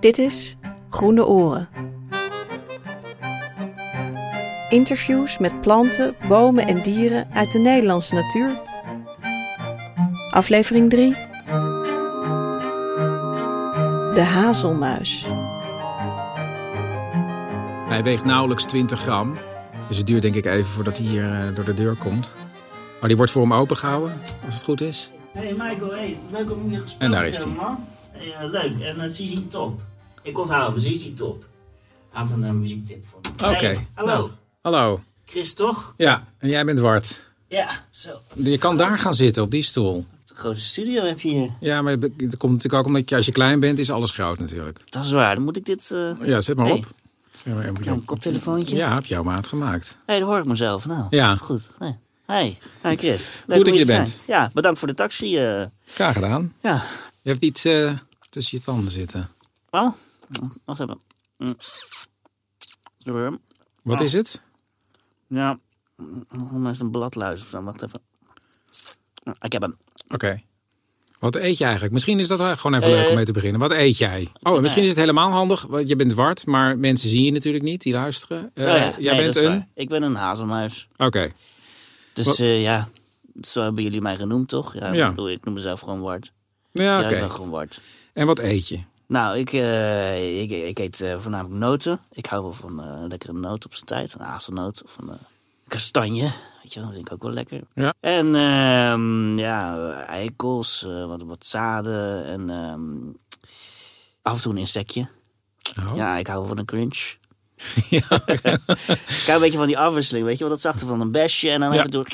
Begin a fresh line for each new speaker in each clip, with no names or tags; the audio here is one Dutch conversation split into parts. Dit is Groene Oren. Interviews met planten, bomen en dieren uit de Nederlandse natuur. Aflevering 3. De hazelmuis.
Hij weegt nauwelijks 20 gram. Dus het duurt denk ik even voordat hij hier eh, door de deur komt. Maar die wordt voor hem opengehouden, als het goed is.
Hey Michael, hey, leuk om je gesproken
En daar is
te
hij.
hebben, man. Hey, eh, leuk, en uh, Sisi Top. Ik onthoud hem, Sisi Top. Had een eh, muziektip voor me.
Oké.
Hey, hallo,
Nou. Hallo.
Chris toch?
Ja, en jij bent Wart.
Ja, zo. Wat
Je kan daar gaan zitten, op die stoel.
een grote studio heb je hier.
Ja, maar dat komt natuurlijk ook omdat je, als je klein bent, is alles groot natuurlijk.
Dat is waar, dan moet ik dit... eh
Ja, zet maar
Hey.
op. Zeg maar,
Klein koptelefoontje.
Ja, heb jouw maat gemaakt.
Hey, dat hoor ik mezelf. Nou,
Ja.
dat is goed. Hey. Hey. hey Chris. Leuk
dat
om
je
te
er bent.
zijn. Ja, bedankt voor de taxi. eh.
Graag gedaan.
ja,
Je hebt iets eh, tussen je tanden zitten.
wel. Wacht even. Mm. Zo,
Wat
Oh.
is het?
Ja, volgens mij is het een bladluis of zo. Wacht even. Ah, Ik heb hem.
Oké. Wat eet je eigenlijk? Misschien is dat wel gewoon even leuk om
Eh. nou
mee te beginnen. Wat eet jij? Oh, en misschien is het helemaal handig, want je bent wart, maar mensen zien je natuurlijk niet, die luisteren. Eh,
Oh ja,
jij
nee,
bent
dat is
een.
waar. Ik ben een hazelmuis.
Oké. Wat-
Dus eh, ja, zo hebben jullie mij genoemd, toch? Ja,
Ja.
Ik, bedoel, ik noem mezelf gewoon Wart.
Ja,
Ja,
oké.
ik ben gewoon Wart.
En wat eet je?
Nou, ik, eh, ik, ik eet eh, voornamelijk noten. Ik hou wel van eh, een lekkere noot op zijn tijd. Een hazelnoot of een eh, kastanje. Weet je, wel, dat vind ik ook wel lekker.
Ja.
En ehm, ja, eikels, eh, wat, wat zaden en ehm, af en toe een insectje.
Oh.
Ja, ik hou van een crunch.
Ja.
Ik hou een beetje van die afwisseling, weet je wel. Dat zachte van een besje en dan
Ja.
even door...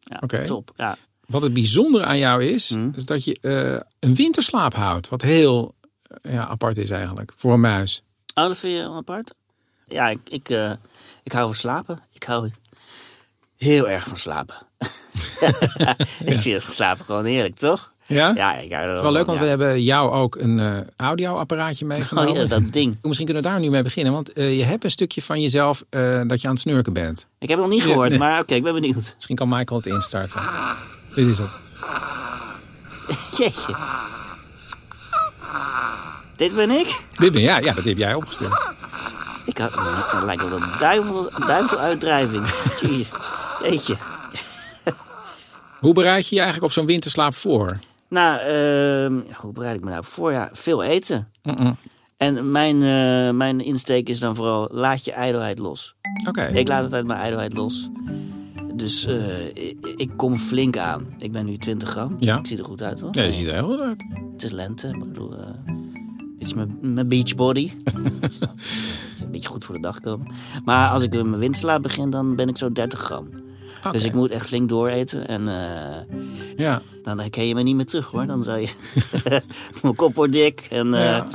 Ja,
Oké.
top. Hm. Ja.
Wat het bijzondere aan jou is, is dat je eh, een winterslaap houdt. Wat heel eh, ja, apart is eigenlijk voor een muis.
Oh, dat vind je wel apart? Ja, ik, ik, eh, ik hou van slapen. Ik hou heel erg van slapen. Ik vind het slapen gewoon heerlijk, toch?
Ja?
Ja, ik hou er
Wel leuk,
van,
want
ja.
we hebben jou ook een eh, audioapparaatje meegenomen.
Oh ja, dat ding.
Misschien kunnen we daar nu mee beginnen, want eh, je hebt een stukje van jezelf eh, dat je aan het snurken bent.
Ik heb het nog niet
Ja,
gehoord,
nee.
maar oké, ik ben benieuwd.
Misschien kan Michael het instarten. Dit is het.
Jeetje. Dit ben ik?
Dit ben jij. Ja, dat heb jij opgestuurd.
Ik had... nou, dat lijkt wel een duivel, duiveluitdrijving. Jee. Jeetje.
Hoe bereid je je eigenlijk op zo'n winterslaap voor?
Nou, ehm, hoe bereid ik me nou op voor? Ja, veel eten.
Mm-mm.
En mijn, eh, mijn insteek is dan vooral, laat je ijdelheid los.
Oké.
Ik laat altijd mijn ijdelheid los. Dus eh, ik, ik kom flink aan. Ik ben nu 20 gram.
Ja.
Ik zie er goed uit, hoor.
Ja, je ziet er heel goed uit.
Het is lente. Ik bedoel, eh, dit is mijn, mijn beachbody. Een beetje goed voor de dag komen. Maar als ik met mijn windslaap begin, dan ben ik zo 30 gram.
Oké.
Dus ik moet echt flink dooreten. En eh,
Ja.
dan herken je me niet meer terug, hoor. Dan zou je... mijn kop wordt dik. En, eh,
Ja.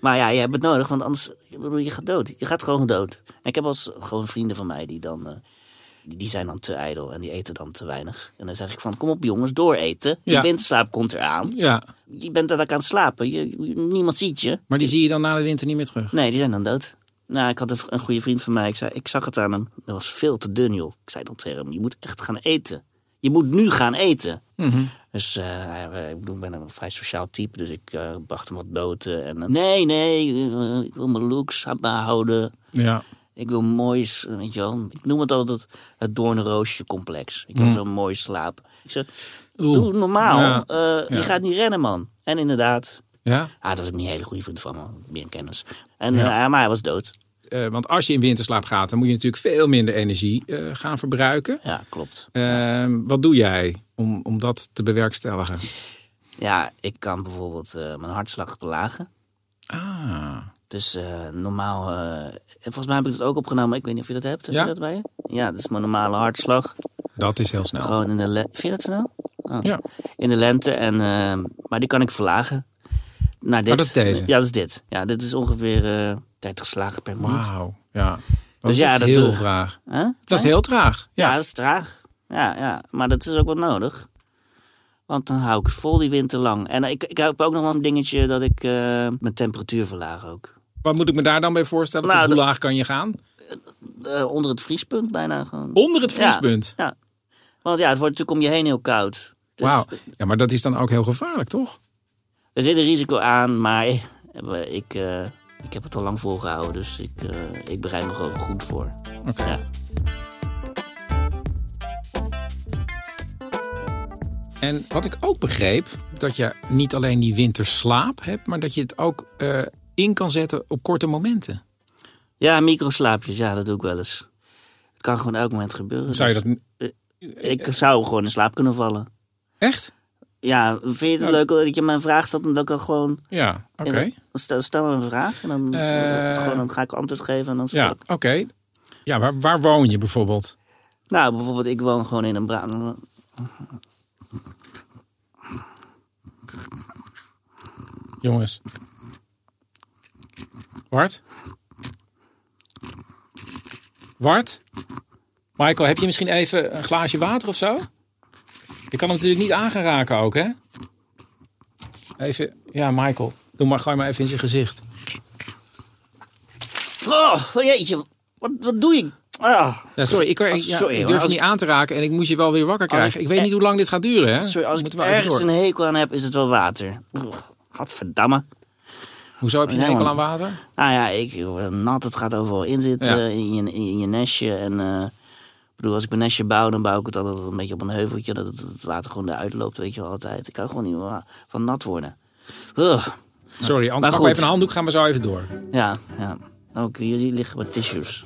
Maar ja, je hebt het nodig, want anders ik bedoel, je gaat dood. Je gaat gewoon dood. En ik heb als gewoon vrienden van mij die dan. eh, die, die zijn dan te ijdel en die eten dan te weinig. En dan zeg ik van, kom op jongens, dooreten.
Ja.
Die windslaap komt eraan.
ja.
Je bent daar aan het slapen. Je, je- niemand ziet je.
Maar die zie je dan na de winter niet meer terug.
Nee, die zijn dan dood. Nou, ik had een, v- een goede vriend van mij. Ik, zei, ik zag het aan hem. Dat was veel te dun, joh. Ik zei dan tegen hem, je moet echt gaan eten. Je moet nu gaan eten.
Mhm.
Dus eh, hij- eh, ik bedoel, ik ben een vrij sociaal type, dus ik eh, bracht hem wat boten. En, eh, nee, nee, eh, ik wil mijn looks behouden.
Ja.
Ik wil moois, eh, weet je wel. Ik noem het altijd het doornroosje-complex. Ik wil zo'n mooi slaap. Ik zeg,
Mm. Oeh.
doe normaal.
Ja.
Eh,
Ja.
Je gaat niet rennen, man. En inderdaad,
Ja.
ah, dat was ook niet een hele goede vriend van me, meer een kennis. En,
Ja.
eh, maar hij was dood.
Eh, want als je in winterslaap gaat, dan moet je natuurlijk veel minder energie eh, gaan verbruiken.
Ja, klopt.
Eh, wat doe jij om, om dat te bewerkstelligen?
Ja, ik kan bijvoorbeeld eh, mijn hartslag belagen.
Ah.
Dus eh, normaal, eh, en volgens mij heb ik dat ook opgenomen. Ik weet niet of je dat hebt. Heb
Ja.
je dat bij je? Ja, dat is mijn normale hartslag.
Dat is heel snel.
Gewoon in de lente. Vind je dat snel? Oh.
Ja.
In de lente. En, eh, maar die kan ik verlagen. Naar dit.
Oh, dat is deze?
Ja, dat is dit. Ja, dit is ongeveer eh 30 slagen per minuut.
Wauw. Ja. Dat
Dus
is
ja,
echt
dat
heel
doe-
traag.
Huh?
Dat is heel traag.
ja.
Ja.
dat is traag. Ja, ja, maar dat is ook wel nodig. Want dan hou ik het vol die winter lang. En ik, ik heb ook nog wel een dingetje dat ik eh, mijn temperatuur verlaag ook.
Wat moet ik me daar dan bij voorstellen? Tot
Nou,
hoe
dat-
laag kan je gaan?
Eh, onder het vriespunt bijna gewoon.
Onder het
Ja.
vriespunt.
Ja. Want ja, het wordt natuurlijk om je heen heel koud. Dus
Wauw. Ja, maar dat is dan ook heel gevaarlijk, toch?
er zit een risico aan, maar En we- Ik, eh, ik heb het al lang volgehouden, dus ik, eh, ik bereid me gewoon goed voor. Ja.
En wat ik ook begreep, dat je niet alleen die winterslaap hebt, maar dat je het ook eh, in kan zetten op korte momenten.
ja, microslaapjes, ja, dat doe ik wel eens. Het kan gewoon elk moment gebeuren.
Zou je
dus
dat
Ik zou gewoon in slaap kunnen vallen.
echt?
Ja, vind je het
Ja.
leuk dat je mijn vraag stelt? Dan dat ik dan gewoon...
Ja, Nou, oké.
Stel, stel me een vraag en dan,
Eh.
gewoon, dan ga ik antwoord geven en dan
Ja,
ja.
oké. Ja, waar, waar woon je bijvoorbeeld?
Nou, bijvoorbeeld, ik woon gewoon in een Brabant.
Jongens. Wart? Wart? Michael, heb je misschien even een glaasje water of zo? Je kan hem natuurlijk niet aan gaan raken ook, hè? Even, ja, Michael. Doe maar, gooi maar even in zijn gezicht.
Oh, jeetje, wat, wat doe je? Ah,
Ja, sorry, ik, kan-
Ah,
ik- ja,
sorry,
ik
hoor.
durf
Als
het niet aan te raken en ik moest je wel weer wakker krijgen.
ik-
Ik, weet niet hoe lang dit gaat duren, hè?
sorry, als ik
Moeten we wel even
ergens
door.
een hekel aan heb, is het wel water. Oeh, Gadverdamme.
Hoezo heb je een
Ja,
hekel
man.
aan water?
Nou ja, ik ik word nat, het gaat overal in zitten,
Ja.
in, je, in je nestje. En eh, ik bedoel, als ik mijn nestje bouw, dan bouw ik het altijd een beetje op een heuveltje. Dat het, het water gewoon eruit loopt, weet je wel, altijd. Ik kan gewoon niet wa- van nat worden. Ugh.
Sorry, anders pak
goed.
even een handdoek, gaan we zo even door.
Ja, ja. Ook jullie liggen wat tissues.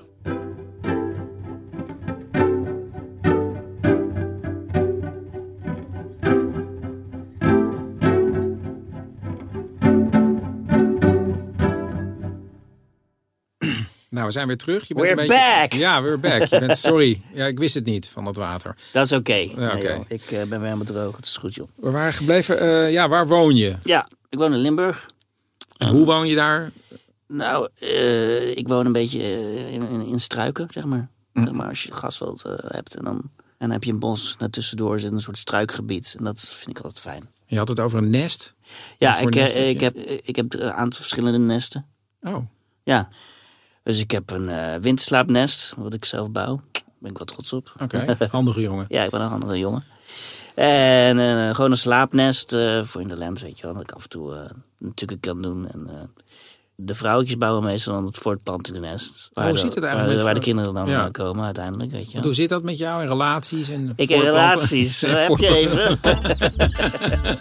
Nou, we zijn weer terug. Je bent
We're
een beetje...
back!
Ja, we're back. Je bent, sorry, ja, ik wist het niet van dat water.
Dat is oké. Nee,
oké.
joh, ik eh, ben weer helemaal droog, het is goed joh.
We waren gebleven, eh, ja, waar woon je?
Ja, ik woon in Limburg.
En hoe woon je daar?
Nou, eh, ik woon een beetje eh, in, in, in struiken, zeg maar.
Mhm.
Zeg maar als je grasveld eh, hebt en dan, en dan heb je een bos daartussendoor zit een soort struikgebied. En dat vind ik altijd fijn.
Je had het over een nest.
Ja,
voor
ik, eh,
nest heb je?
ik, heb, eh, ik heb een aantal verschillende nesten.
Oh,
Ja. Dus ik heb een eh, winterslaapnest, wat ik zelf bouw. Daar ben ik wel trots op.
oké. Handige jongen.
Ja, ik ben een andere jongen. En eh, gewoon een slaapnest eh, voor in de lente, weet je wel. Dat ik af en toe eh, een tukkie kan doen. En, eh, de vrouwtjes bouwen meestal dan het voortplantingsnest.
hoe
de-
zit het eigenlijk
Waar,
met
waar de
vrou-
kinderen dan
Ja.
eh, komen uiteindelijk, weet je
Want
wel.
hoe zit dat met jou in relaties? En
Ik heb
voortplanten?
relaties,
En
Daar heb je
voortplanten.
even.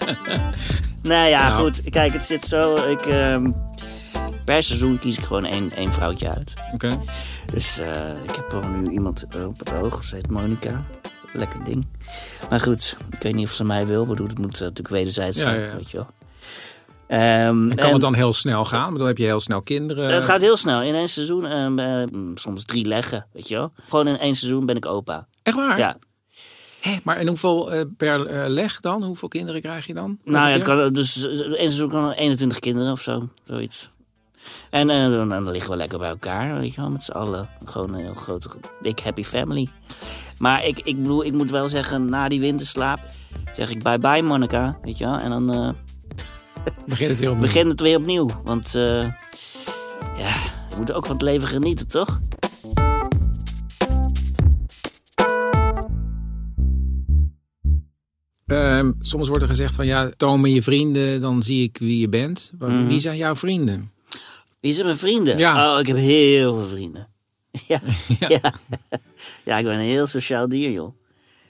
nou ja,
Nou.
goed. Kijk, het zit zo. Ik, ehm, per seizoen kies ik gewoon één, één vrouwtje uit.
Oké.
Dus eh, ik heb al nu iemand eh, op het oog, ze heet Monica. Lekker ding. Maar goed, ik weet niet of ze mij wil. Ik bedoel, het moet eh, natuurlijk wederzijds
Ja,
zijn,
ja, ja.
weet je wel. Ehm,
En kan het dan eh, heel snel gaan? Ik bedoel, heb je heel snel kinderen?
Het gaat heel snel. In één seizoen, ehm, eh, mm, soms drie leggen, weet je wel. Gewoon in één seizoen ben ik opa.
Echt waar?
Ja.
Hé, maar en hoeveel eh, per eh, leg dan? Hoeveel kinderen krijg je dan?
Nou ja, het
Ongeveer?
kan, dus eh, één seizoen kan 21 kinderen of zo, zoiets. En eh, dan, dan liggen we lekker bij elkaar, weet je wel, met z'n allen. Gewoon een heel grote, big happy family. Maar ik, ik bedoel, ik moet wel zeggen, na die winterslaap zeg ik bye bye Monica, weet je wel. En dan eh,
Begin het weer opnieuw.
begint het weer opnieuw, want eh, ja, we moeten ook van het leven genieten, toch?
Ehm, soms wordt er gezegd van ja, toon me je vrienden, dan zie ik wie je bent. Maar
Mhm.
Wie zijn jouw vrienden?
Wie zijn mijn vrienden?
Ja.
Oh, ik heb heel veel vrienden. Ja, ja. ja. ik ben een heel sociaal dier, joh.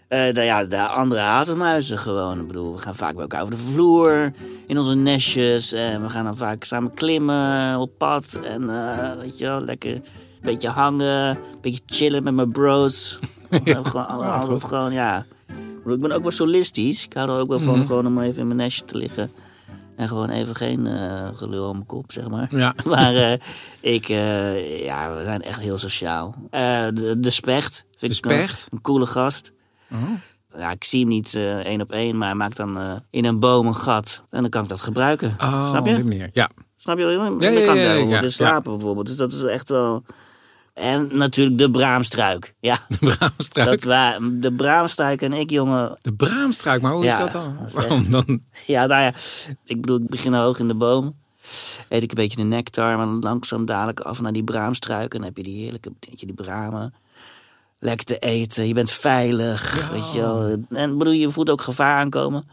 Eh nou ja, de andere hazelmuizen gewoon. Ik bedoel, we gaan vaak bij elkaar over de vloer. In onze nestjes. En we gaan dan vaak samen klimmen op pad. En eh, weet je wel, lekker een beetje hangen. Een beetje chillen met mijn bros. gewoon,
wat
altijd
goed.
gewoon, ja. Ik bedoel, ik ben ook wel solistisch. Ik hou er ook wel van gewoon om even in mijn nestje te liggen. En gewoon even geen eh gelul om mijn kop, zeg maar.
Ja.
Maar eh, ik, eh, ja, we zijn echt heel sociaal. Eh, de, de Specht. Vind
De
ik een-
Specht? Oh.
Een, coole gast. Ja, ik zie hem niet eh, één op één, maar hij maakt dan eh, in een boom een gat. En dan kan ik dat gebruiken.
Oh,
Snap
op die
je?
manier. Ja.
Snap je? wel? Dan
ja, ja,
kan ik
ja,
daar
ja,
ja,
ja.
slapen bijvoorbeeld. Dus dat is echt wel... En natuurlijk de braamstruik. Ja,
Braamstruik.
dat wa- de braamstruik en ik, jongen.
De braamstruik, maar hoe is
Ja,
dat dan?
dat is
Waarom dan?
Ja, nou ja, ik bedoel, ik begin nou hoog in de boom. Eet ik een beetje de nectar, maar dan langzaam dadelijk af naar die braamstruik. En dan heb je die heerlijke, weet je, die bramen. Lekker te eten, je bent veilig, weet je wel. En ik bedoel, je voelt ook gevaar aankomen.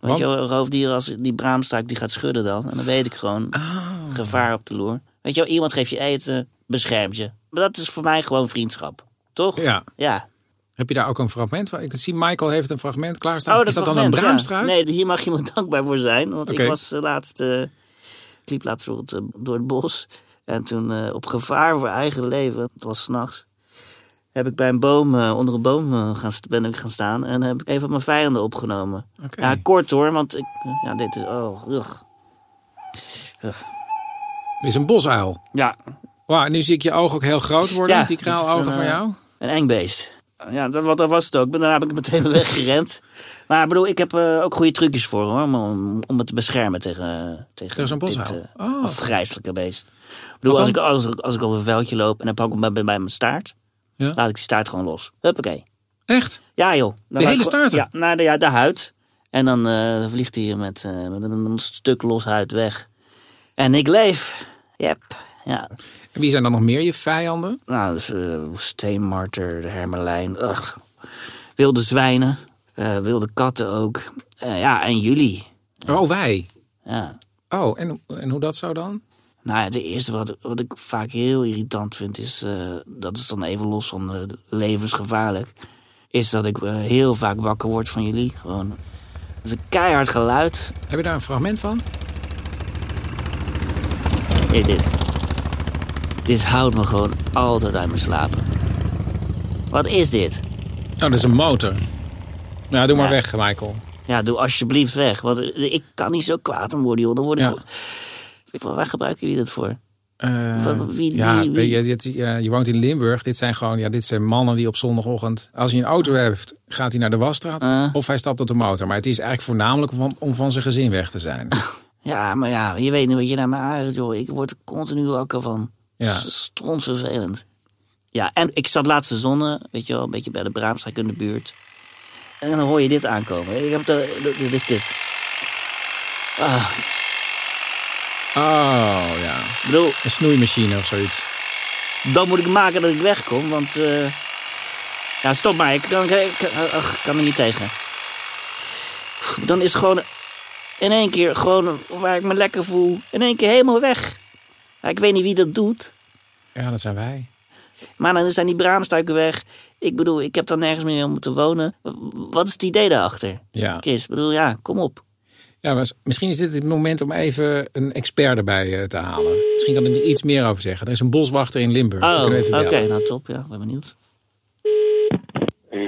Want, je
Want?
wel, roofdieren, als die braamstruik die gaat schudden dan. En dan weet ik gewoon, Oh. gevaar op de loer. Weet je wel, iemand geeft je eten, beschermt je. Maar dat is voor mij gewoon vriendschap. Toch?
Ja.
Ja.
Heb je daar ook een fragment van? Ik zie Michael heeft een fragment klaarstaan.
Oh,
is dat dan een
fragment, ja.
braamstruik?
Nee, hier mag je me dankbaar voor zijn. Want
Oké.
ik was eh, laatst, eh, ik liep laatst door het, eh, door het bos. En toen eh, op gevaar voor eigen leven, het was s'nachts, heb ik bij een boom, eh, onder een boom eh, gaan, st- ben ik gaan staan. En heb ik een van mijn vijanden opgenomen.
Oké.
Ja, kort hoor, want ik, ja, dit is, oh, ugh.
Dit is een bosuil.
Ja,
Wauw, nu zie ik je ogen ook heel groot worden.
Ja,
die
dat is een,
kraalogen van
eh,
jou.
Een eng beest. Ja, dat, wa- dat was het ook. Maar Daarna heb ik meteen weer weggerend. Maar ik bedoel, ik heb eh, ook goede trucjes voor hoor. Om, om, om het te beschermen tegen, tegen,
Tegen zo'n
dit,
bosuil.
eh,
Oh.
afgrijselijke beest. Ik bedoel,
Wat
als ik,
dan?
als, ik- als ik over een veldje loop en dan pak ik hem bij, bij mijn staart.
Ja.
Laat ik die staart gewoon los. Huppakee.
Echt?
Ja joh. Dan laat ik
hele
gewoon-
staart er?
Ja, naar de, ja, de huid. En dan eh, vliegt hij met, eh, met een een stuk los huid weg. En ik leef. Yep. Ja,
En wie zijn dan nog meer je vijanden?
Nou, dus, eh, steenmarter, de hermelijn, ugh. wilde zwijnen, eh, wilde katten ook. Eh, ja, en jullie.
Oh, wij.
Ja.
Oh, en, en hoe dat zou dan?
Nou ja, de eerste wat, wat ik vaak heel irritant vind is... eh, dat is dan even los van eh, levensgevaarlijk... is dat ik eh, heel vaak wakker word van jullie. Gewoon, dat is een keihard geluid.
Heb je daar een fragment van?
Hey, dit. Dit houdt me gewoon altijd uit mijn slapen. Wat is dit?
Oh, dat is een motor. Nou, doe maar
Ja.
weg, Michael.
Ja, doe alsjeblieft weg. Want ik kan niet zo kwaad om worden, joh. Dan word ik...
Ja.
gewoon- Ik, waar gebruiken jullie dat voor?
Eh,
Wat- wie-
ja,
wie- wie-
Je, je- je- je woont in Limburg. Dit zijn gewoon, ja, dit zijn mannen die op zondagochtend, als hij een auto heeft, gaat hij naar de wasstraat
Eh.
of hij stapt op de motor. Maar het is eigenlijk voornamelijk om, om van zijn gezin weg te zijn.
Ja, maar ja, je weet niet wat je naar me aanrijdt, joh. Ik word er continu wakker van.
Ja.
Ja. vervelend. Ja, en ik zat laatste zonne, weet je wel, een beetje bij de Braamstraat in de buurt. En dan hoor je dit aankomen. Ik heb de, de- de- dit, dit. Ah,
Oh, ja.
ik bedoel,
Een snoeimachine of zoiets.
dan moet ik maken dat ik wegkom, want... eh, ja, stop maar. Ik kan, ik, kan- ach, kan er niet tegen. Dan is gewoon in één keer gewoon waar ik me lekker voel, in één keer helemaal weg. Ja, ik weet niet wie dat doet,
Ja, dat zijn wij.
maar dan zijn die braamstuiken weg. Ik bedoel, ik heb dan nergens meer om te wonen. Wat is het idee daarachter?
Ja.
Chris, ik bedoel, ja, kom op.
Ja, maar s- misschien is dit het moment om even een expert erbij eh, te halen. Misschien kan ik er iets meer over zeggen. Er is een boswachter in Limburg. We
Oh,
kunnen
oké,
even bellen.
nou top, ja, ik ben benieuwd.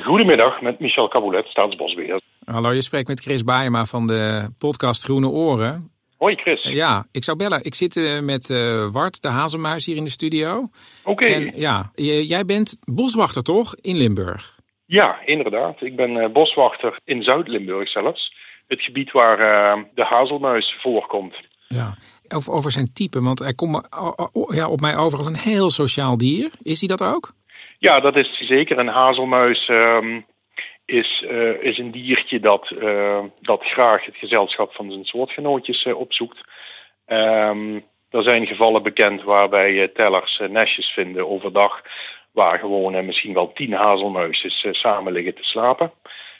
Goedemiddag met Michel Caboulet, staatsbosbeheer.
Hallo, je spreekt met Chris Baaiema van de podcast Groene Oren.
Hoi Chris.
Ja, ik zou bellen. Ik zit eh, met eh, Wart, de hazelmuis, hier in de studio.
Oké,
En ja, j- jij bent boswachter toch in Limburg?
ja, inderdaad. Ik ben eh, boswachter in Zuid-Limburg zelfs. Het gebied waar eh, de hazelmuis voorkomt.
Ja. Over, over zijn type, want hij komt me- o- o- o- ja, op mij over als een heel sociaal dier. Is hij dat ook?
Ja, dat is hij zeker. Een hazelmuis ehm, is, eh, is een diertje dat, eh, dat graag het gezelschap van zijn soortgenootjes eh, opzoekt. Ehm, er zijn gevallen bekend waarbij eh, tellers eh, nestjes vinden overdag, waar gewoon eh, misschien wel tien hazelmuisjes eh, samen liggen te slapen.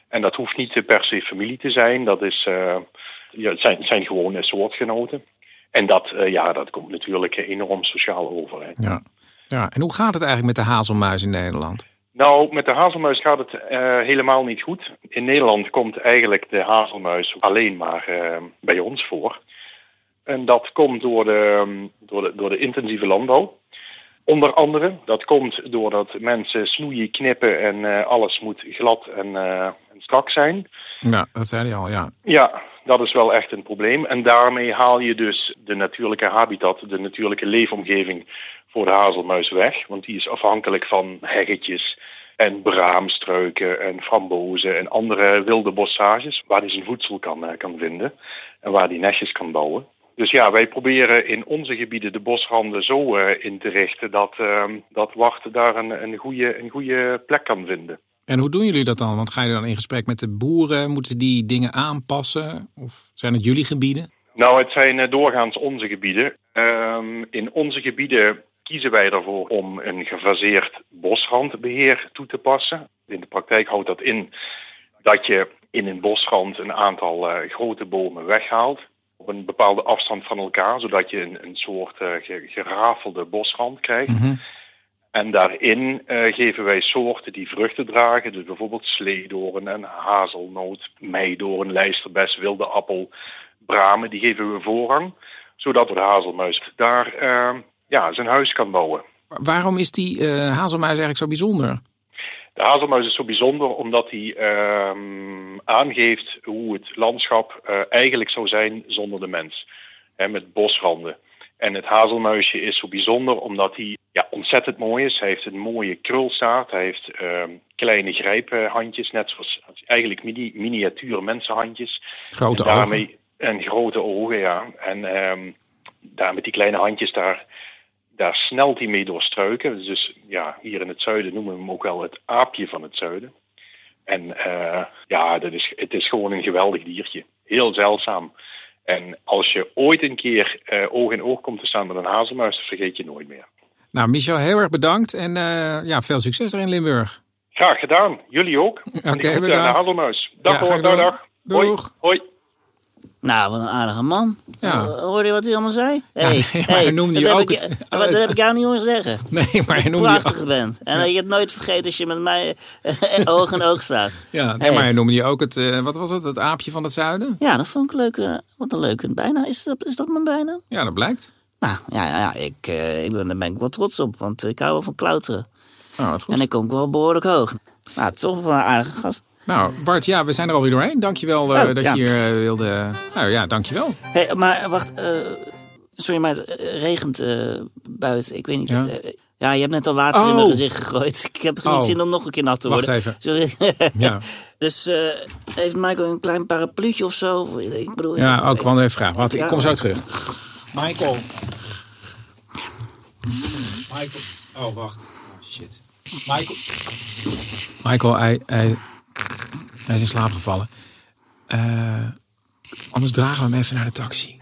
En dat hoeft niet eh, per se familie te zijn, dat is, eh, ja, het zijn, het zijn gewoon eh, soortgenoten. En dat, eh, ja, dat komt natuurlijk eh, enorm sociaal over. Hè.
Ja. ja. En hoe gaat het eigenlijk met de hazelmuis in Nederland?
Nou, met de hazelmuis gaat het eh, helemaal niet goed. In Nederland komt eigenlijk de hazelmuis alleen maar eh, bij ons voor. En dat komt door de, ehm, door, de, door de intensieve landbouw. Onder andere, dat komt doordat mensen snoeien, knippen en eh, alles moet glad en, eh, en strak zijn.
Ja, dat zei hij al, ja.
Ja, dat is wel echt een probleem. En daarmee haal je dus de natuurlijke habitat, de natuurlijke leefomgeving voor de hazelmuis weg. Want die is afhankelijk van heggetjes en braamstruiken en frambozen en andere wilde bossages waar hij zijn voedsel kan, eh, kan vinden en waar hij nestjes kan bouwen. Dus ja, wij proberen in onze gebieden de bosranden zo eh, in te richten dat, eh, dat Wart daar een, een, goede, een goede plek kan vinden.
En hoe doen jullie dat dan? Want gaan jullie dan in gesprek met de boeren? Moeten die dingen aanpassen? Of zijn het jullie gebieden?
Nou, het zijn eh, doorgaans onze gebieden. Ehm, in onze gebieden kiezen wij ervoor om een gefaseerd bosrandbeheer toe te passen. In de praktijk houdt dat in dat je in een bosrand een aantal eh, grote bomen weghaalt. Op een bepaalde afstand van elkaar, zodat je een, een soort eh, ge- gerafelde bosrand krijgt.
Mhm.
En daarin eh, geven wij soorten die vruchten dragen. Dus bijvoorbeeld sleedoren en hazelnoot, meidoorn, lijsterbes, wilde appel, bramen. Die geven we voorrang, zodat de hazelmuis daar eh, ja, zijn huis kan bouwen.
Maar Waarom is die eh, hazelmuis eigenlijk zo bijzonder?
De hazelmuis is zo bijzonder omdat hij ehm, aangeeft hoe het landschap eh, eigenlijk zou zijn zonder de mens. Hè, met bosranden. En het hazelmuisje is zo bijzonder omdat hij ja, ontzettend mooi is. Hij heeft een mooie krulstaart. Hij heeft ehm, kleine grijphandjes, net zoals eigenlijk mini, miniatuur mensenhandjes.
Grote
en daarmee,
ogen.
En grote ogen, ja. En ehm, daar met die kleine handjes daar, daar snelt hij mee door struiken. Dus ja, hier in het zuiden noemen we hem ook wel het aapje van het zuiden. En eh, ja, dat is, het is gewoon een geweldig diertje. Heel zeldzaam. En als je ooit een keer eh, oog in oog komt te staan met een hazelmuis, dat vergeet je nooit meer.
Nou, Michel, heel erg bedankt. En eh, ja, veel succes er in Limburg.
Graag gedaan. Jullie ook. Oké, de
bedankt.
hazelmuis. Dag
Ja,
hoor,
graag
dag,
gedaan.
dag.
Doeg.
Hoi. hoi.
Nou, wat een aardige man.
Ja.
Ho- Hoorde je wat hij allemaal zei? Hey,
nee, maar hij noemde
dat
je
heb
ook
ik-
het-
wat- Dat heb ik jou niet horen zeggen.
Nee, maar hij noemde je
Prachtig
ook,
bent. En dat je het nooit vergeet als je met mij eh, oog in oog staat.
ja, nee,
Hey.
maar hij noemde je ook het, eh, wat was het, het aapje van het zuiden?
Ja, dat vond ik leuk. eh, Wat een leuke bijna. Is dat, is dat mijn bijna?
Ja, dat blijkt.
Nou, ja, ja, ja ik, eh, ik ben, daar ben ik wel trots op. Want ik hou wel van klauteren.
Nou, wat goed.
En ik kom ook wel behoorlijk hoog. Nou, toch wel een aardige gast.
Nou, Bart, ja, we zijn er alweer doorheen. Dankjewel eh
Oh,
dat
ja.
je hier eh, wilde... Nou ja, dankjewel.
Hé, maar eh, wacht. eh, sorry, maar het eh, regent eh, buiten. Ik weet niet. eh,
Ja.
Ja. je hebt net al water in mijn
Oh.
gezicht gegooid. Ik heb niet
Oh.
zin om nog een keer nat te
Wacht
worden.
even.
Sorry.
Ja,
dus eh, heeft Michael een klein parapluutje of zo? Ik bedoel,
ja ook,
ik,
want even vragen. Wat, ik kom zo terug. Michael. Michael. Oh, wacht. Oh, shit. Michael. Michael, hij, hij, hij is in slaap gevallen. Eh, anders dragen we hem even naar de taxi.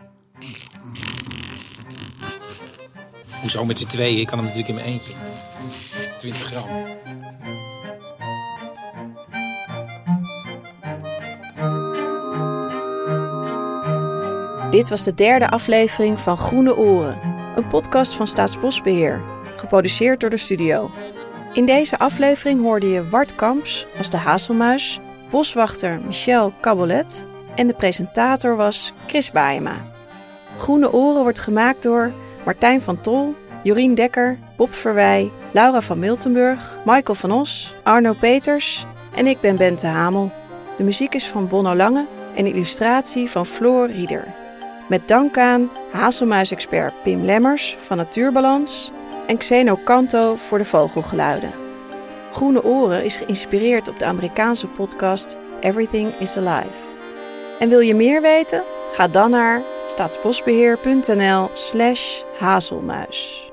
Hoezo met z'n tweeën? Ik kan hem natuurlijk in mijn eentje. 20 gram.
Dit was de derde aflevering van Groene Oren, een podcast van Staatsbosbeheer, geproduceerd door de studio. In deze aflevering hoorde je Wart Kamps als de hazelmuis, boswachter Michel Cabolet en de presentator was Chris Baema. Groene Oren wordt gemaakt door Martijn van Tol, Jorien Dekker, Bob Verwij, Laura van Miltenburg, Michael van Os, Arno Peters en ik ben Bente Hamel. De muziek is van Bonno Lange en illustratie van Floor Rieder. Met dank aan hazelmuisexpert Pim Lemmers van Natuurbalans en Xeno Kanto voor de vogelgeluiden. Groene Oren is geïnspireerd op de Amerikaanse podcast Everything is Alive. En wil je meer weten? Ga dan naar staatsbosbeheer.nl/slash hazelmuis.